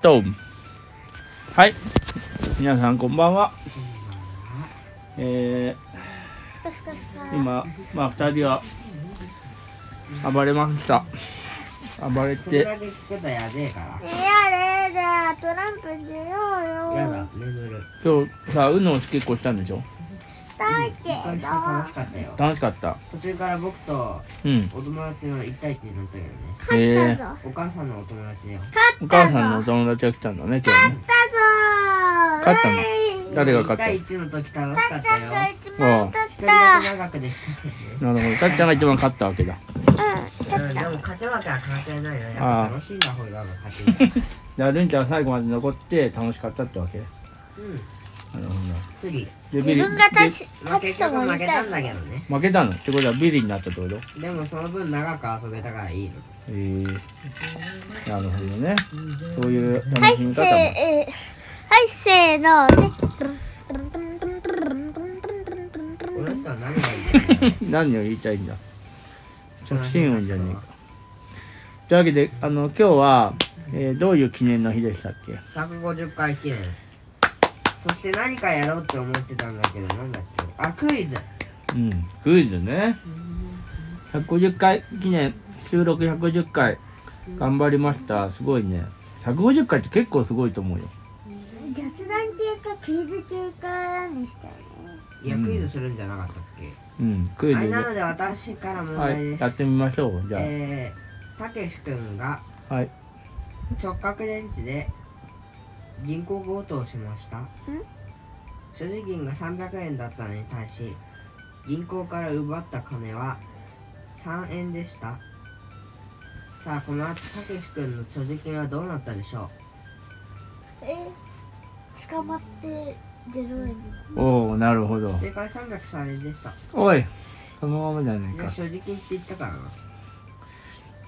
とはい皆さんこんばんはえスカスカスカー、今まあ2人は暴れました暴れそれてだけ聞くとやべえかねやれじゃあトランプ出ようら。やよだ、眠る。今日さうの結構したんでしょだ一回けしどか楽しかったよ。楽しかった途中から僕とうんお友達の一対一になったけどね。勝ったぞお母さんのお友達よ。お勝っ母たさんのおぞ友達が来たんだね今日ね勝ったぞ勝ったのウェイ誰が勝った一対一の時楽しか勝っったたぞよ。一番勝っ一人ただけ長くでしたけなるほどたっちゃんが一番勝ったわけだうんどね。勝うん、っでたも勝ち負けは関係ないよ。やっあぱあ楽しんだ方が勝ちだ。じゃあるんちゃんは最後まで残って楽しかったってわけなうん、るほ次。どで自分が勝ちまあ、勝ち結と局も負言いけたたいんだけどね。負けたのってことはビリになったってことでもその分長く遊べたからいいの。えー、なるほどねそういうは楽しいせみー方も、えはいせーのでこの人は何が言ってるの何を言いたいんだ着信音じゃねえかというわけであの今日は、えーどういう記念の日でしたっけ150回記念そして何かやろうって思ってたんだけどなんだっけあクイズうんクイズね150回記念収録150回頑張りましたすごいね150回って結構すごいと思うよ雑談系かクイズ系か何したよねいやうんクイズするんじゃなかったっうんクけ、イはズいでなので私から問は題いです、やってみましょうじゃえーたけし君があはい直角電池で銀行強盗をしました所持金が300円だったのに対し銀行から奪った金は3円でしたさあこの後たけし君の所持金はどうなったでしょえ捕まってゼロ円おおなるほどう正解303円でしたおいそのままじゃないいやか所持金って言ったからな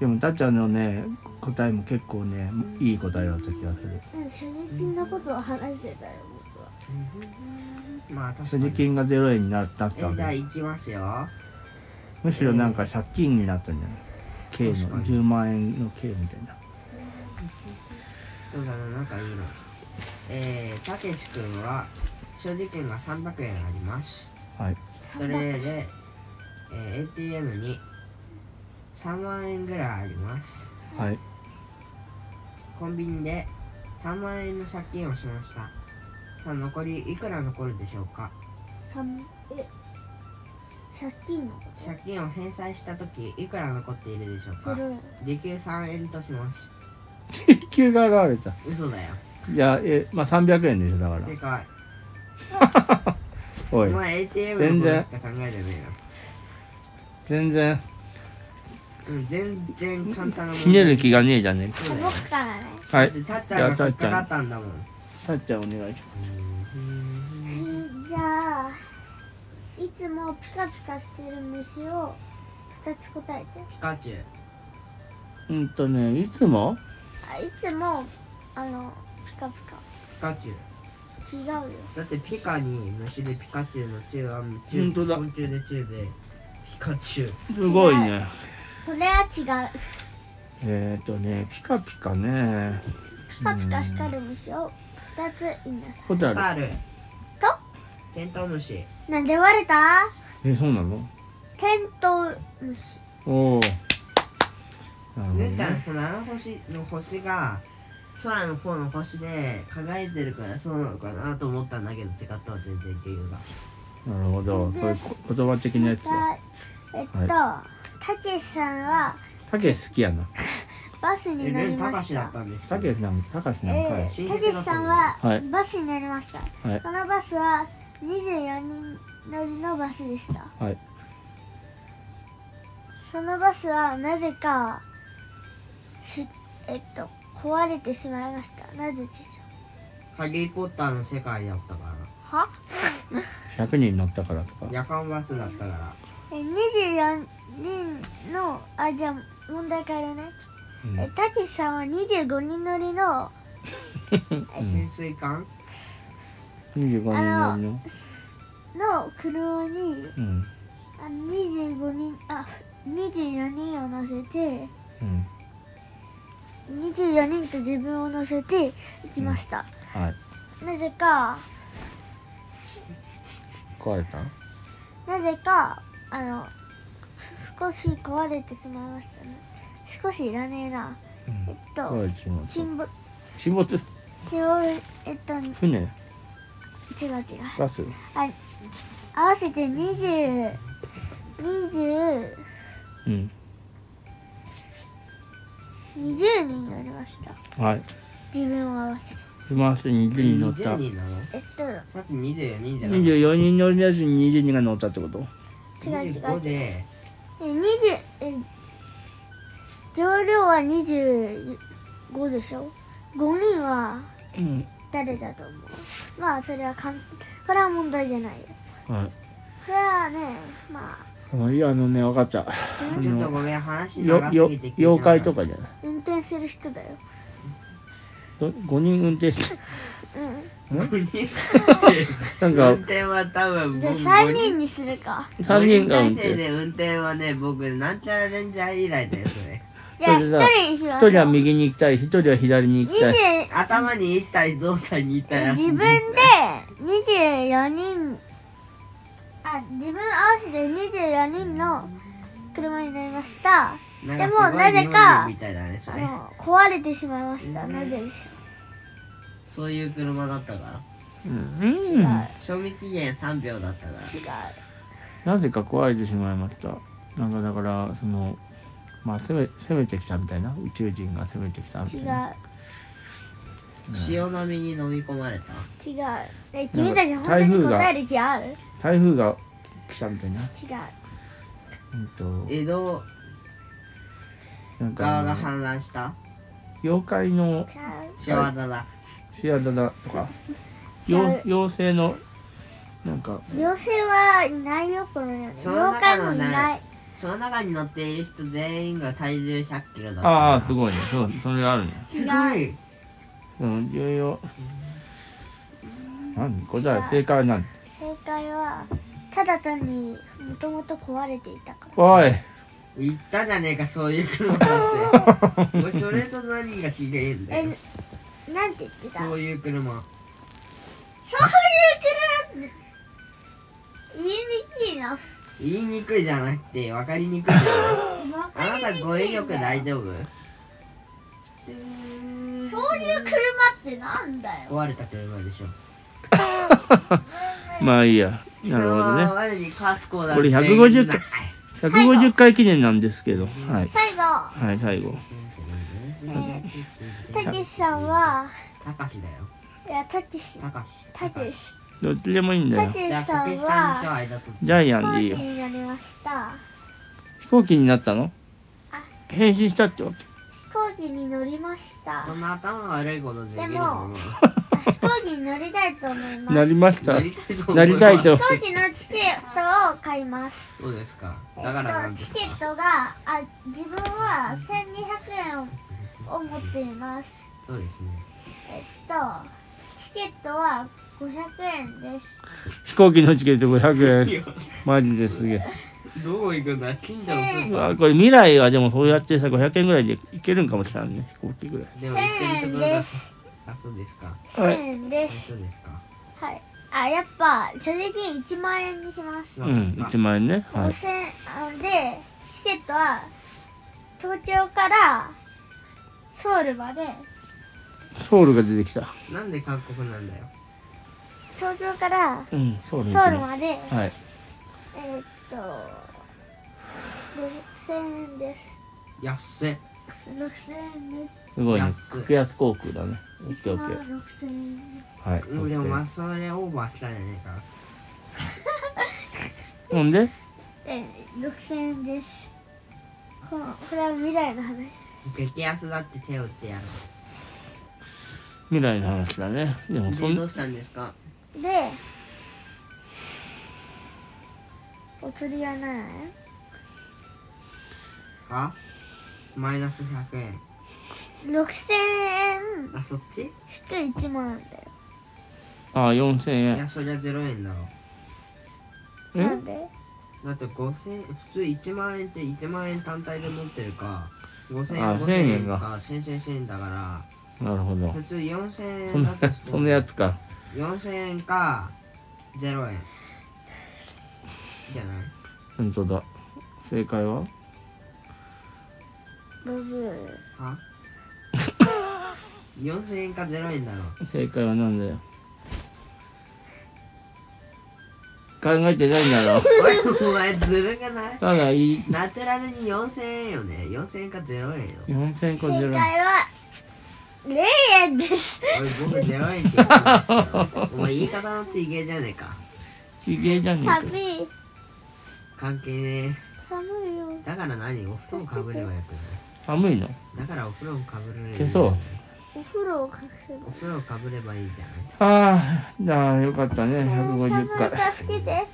でもたっちゃんのね答えも結構ねいい答えだった気がするうん所持金のことを話してたよ僕はまあ確か所持に金が0円になったっえたわじゃあけ行きますよむしろなんか借金になったんじゃない K の確かに10万円の K みたいなそうだななんかいいのえー、たけし君は所持金が300円ありますはいそれで、えー ATM に3万円ぐらいあります はいコンビニで3万円の借金をしましたさあ残りいくら残るでしょうか三え借金のこ借金を返済した時いくら残っているでしょうとかゼロ円時給3円とします請求が現れた嘘だよいやえまあ300円でしょだかでかいらおおい前 ATM のことしか考えてないな全然うん全然簡単なもんひねる気がねえじゃねそあうだよ僕からねえかはいタッチャーが引っかかったんだもんたっちゃんお願いしじゃあいつもピカピカしてる虫を2つ答えてピカチュウますうんとねいつもあいつもあのピカピピカチュカ違ウうよだってピカに虫でピカチュウのチュウは虫ほんとだ昆虫でチュウでピカチュウすごいねこれは違うえっ、ー、とねピカピカねピカピカ光る虫を2つ言いなさホタルパールとテントウムシいなんで割れたえそうなのテントウムシおおなるほどぬーちゃんねこのあの星の星が空の方の星で輝いてるからそうなのかなと思ったんだけど違ったわ全然理由がなるほどそういう言葉的なやつだえっと、たけしさんはたけし好きやなバスにえ乗ルりンタまカしシだたったんですたけしなんたかしなんかえいーたけしさんははいバスに乗りました、はいそのバスは24人乗りのバスでしたはいそのバスはなぜかしえっと壊れてしまいましたなぜでしょハリー・ポッターの世界だったかうは100人乗ったからとから夜間バスだったから え24人のあじゃあ問題からね、うんえたけしさんは25人乗りの潜水艦25人乗りのの車にうんあ25人あ24人を乗せてうん24人と自分を乗せて行きました、はいなぜか壊れたなぜかあの少し壊れてしまいましたね少しいらねえなえっ壊とれてしまった沈没沈没沈没えっと船違う違うガスあ合わせて20 20うん20人乗りましたはい自分を合わせて回して20人乗っ20た人なのえっとさっき24人じゃなかっ24人乗りのやつに20人が乗ったってことた違う違う25でえ20え容量は25でしょ5人はうん誰だと思うまあそれはかんこれは問題じゃないよはいそれはねまああいやあのね分かったあちょっとのごめん話よ長すよぎて聞いてな妖か怪とったかじゃない運転する人だよど5人運転してう5人ってなん運か転は多分んじゃあ僕3 5人にするか3人が運五体制転で運転はね僕なんちゃらレンジャー以来だよそれじゃあ1それじゃあ人にしましょ1う人は右に行きたい1人は左に行きたい20頭に1体胴体に1体足に自分一で体24人あ自分合わせて24人の車になりましたなんでもかすごいなぜか日本人みたいだねそあれの壊れてしまいましたなぜでしそういう車だったからょう違ううん賞味期限3秒だったから違なぜか壊れてしまいましたなんかだからそのまあ攻め攻めてきたみたいな宇宙人が攻めてきたみたう違いうな潮波に飲み込まれた違うえ君たち本当台に風が答える気ある違う台風が来たみたいなうんと江戸なんか川があの氾濫した妖怪の違う仕業だ仕業だとか違う妖妖精のなんか妖精はいないよこの世にその妖怪中ものいねないその中に乗っている人全員が体重1 0 0キロだったからああすごいねそうそれあるねすごいうん重要何答え正解は何正解はただ単にもともと壊れていたかおい言ったじゃねえかそういう車 だってもうそれと何が違えんらだよえなんて言ってたそういう車そういう車言いにくいな。言いにくいじゃなくて分かりにくいじゃんわあかなりたにくいんだよ語彙力大丈夫そういう車ってなんだよ。壊れた車でしょ まあいいやなるほどね人は我に勝つ子だこれって150ない150回記念なんですけどはい最後、はい最後えー、たけしさんは、たかしだよいや、たけしたかしたけし、どっちでもいいんだたよけじゃあしたさけんしさんにしようは、間取ってジャイ飛アン行でいいよ機になりました。飛行機になったのあ変身したってわけ飛行機に乗りました。そんな頭悪いことできると思うあ飛行機に乗りたいと思いまなす。りましたななりたいと飛行機のチケットを買います。そうですかえだっからなとんでチすケかットが、あ、自分は1200円を持っています。そうですねえっと、チケットは500円です。飛行機のチケット500円マジですげえどこ行くんだ近所のスーうパわこれ未来はでもそうやってさ500円ぐらいで行けるんかもしれないね飛行機ぐらいーでも行ってるところ1000円がですあそうですかは1000い円です。そうですかはい。あ、やっぱ、所持金1万円にします。うん1万円ねはい5000円あので、チケットは、東京からソウルまで、ソウルが出てきたなんで韓国なんだよ東京からうんソウルソウに行くねルまで、はいえーっと、5000円です。安っ6000円ですごいね安い格安航空だねオッす。ケー1オッケ万6000円です。ーはいでもまあ OK それオーバーしたんじゃねえかほんでえー、6000円です。このこれは未来の話。激安だって手を打ってやる未来の話だねでもそでんどうしたんですかでお釣りがないあマイナス100円6000円あそっち引く1万だよああ4000い円やそりゃ0円だろえなんでだって5000普通1万円って1万円単体で持ってるか5000あ円1000 5000円円がか1000 1000円だかなるほらど普通4000そ円んだなとしてそんなやつか4000円か0円じゃない本当だ正解はブブーは 4000円か0円だろ正解は何だよ考えてないんだろおいお前ずるくないただいいナチュラルに4000円よね4000円か0円よ4000個正0解は0円ですおい僕0円って言ったんですよお前言い方のついげじゃねえかちげえじゃねえか寒い関係ね寒いよえだから何お布団かぶればよくな寒いのいだからお風呂もかぶれる消そうお風呂をかけるお風呂かぶればいいじゃないああじゃあよかったねえー寒150回い助けてえー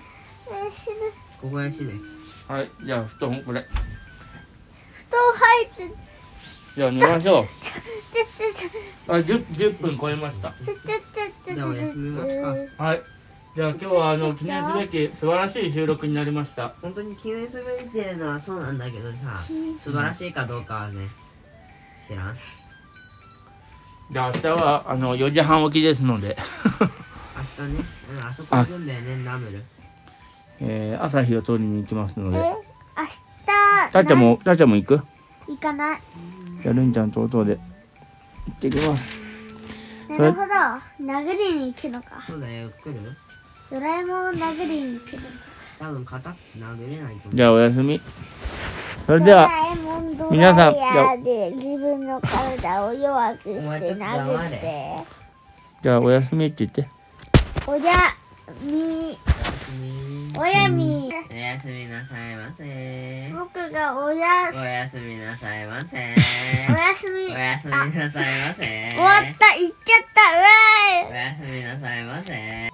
死ぬここやしねはいじゃあ布団これ布団入ってじゃあ寝ましょちょちょちょうあ 10, 10分超えましたちょちょちょちょじゃあお休みますかえはいじゃあ今日はあの記念すべき素晴らしい収録になりました本当に記念すべきっていうのはそうなんだけどさー素晴らしいかどうかはね知らんじゃあ明日はあの4時半起きですので、明日ね、うん、あそこ行くんだよねナムルえー、朝日を取りに行きますのえで明日たっちゃんもたっちゃんも行く行かないじゃあるんちゃんと弟で行ってきますなるほど殴りに行くのかそうだよ来るドラえもんを殴りに行くのか多分硬くて殴れないと思うじゃあおやすみそれではドラえもんド皆さんライヤーで自分の体を弱くおし前てちょっと殴黙っれてじゃあおやすみって言っておやみおやみおやすみなさいませ僕がおやおやすみなさいませおやすみおやすみなさいませ終わった行っちゃったうわーいおやすみなさいませ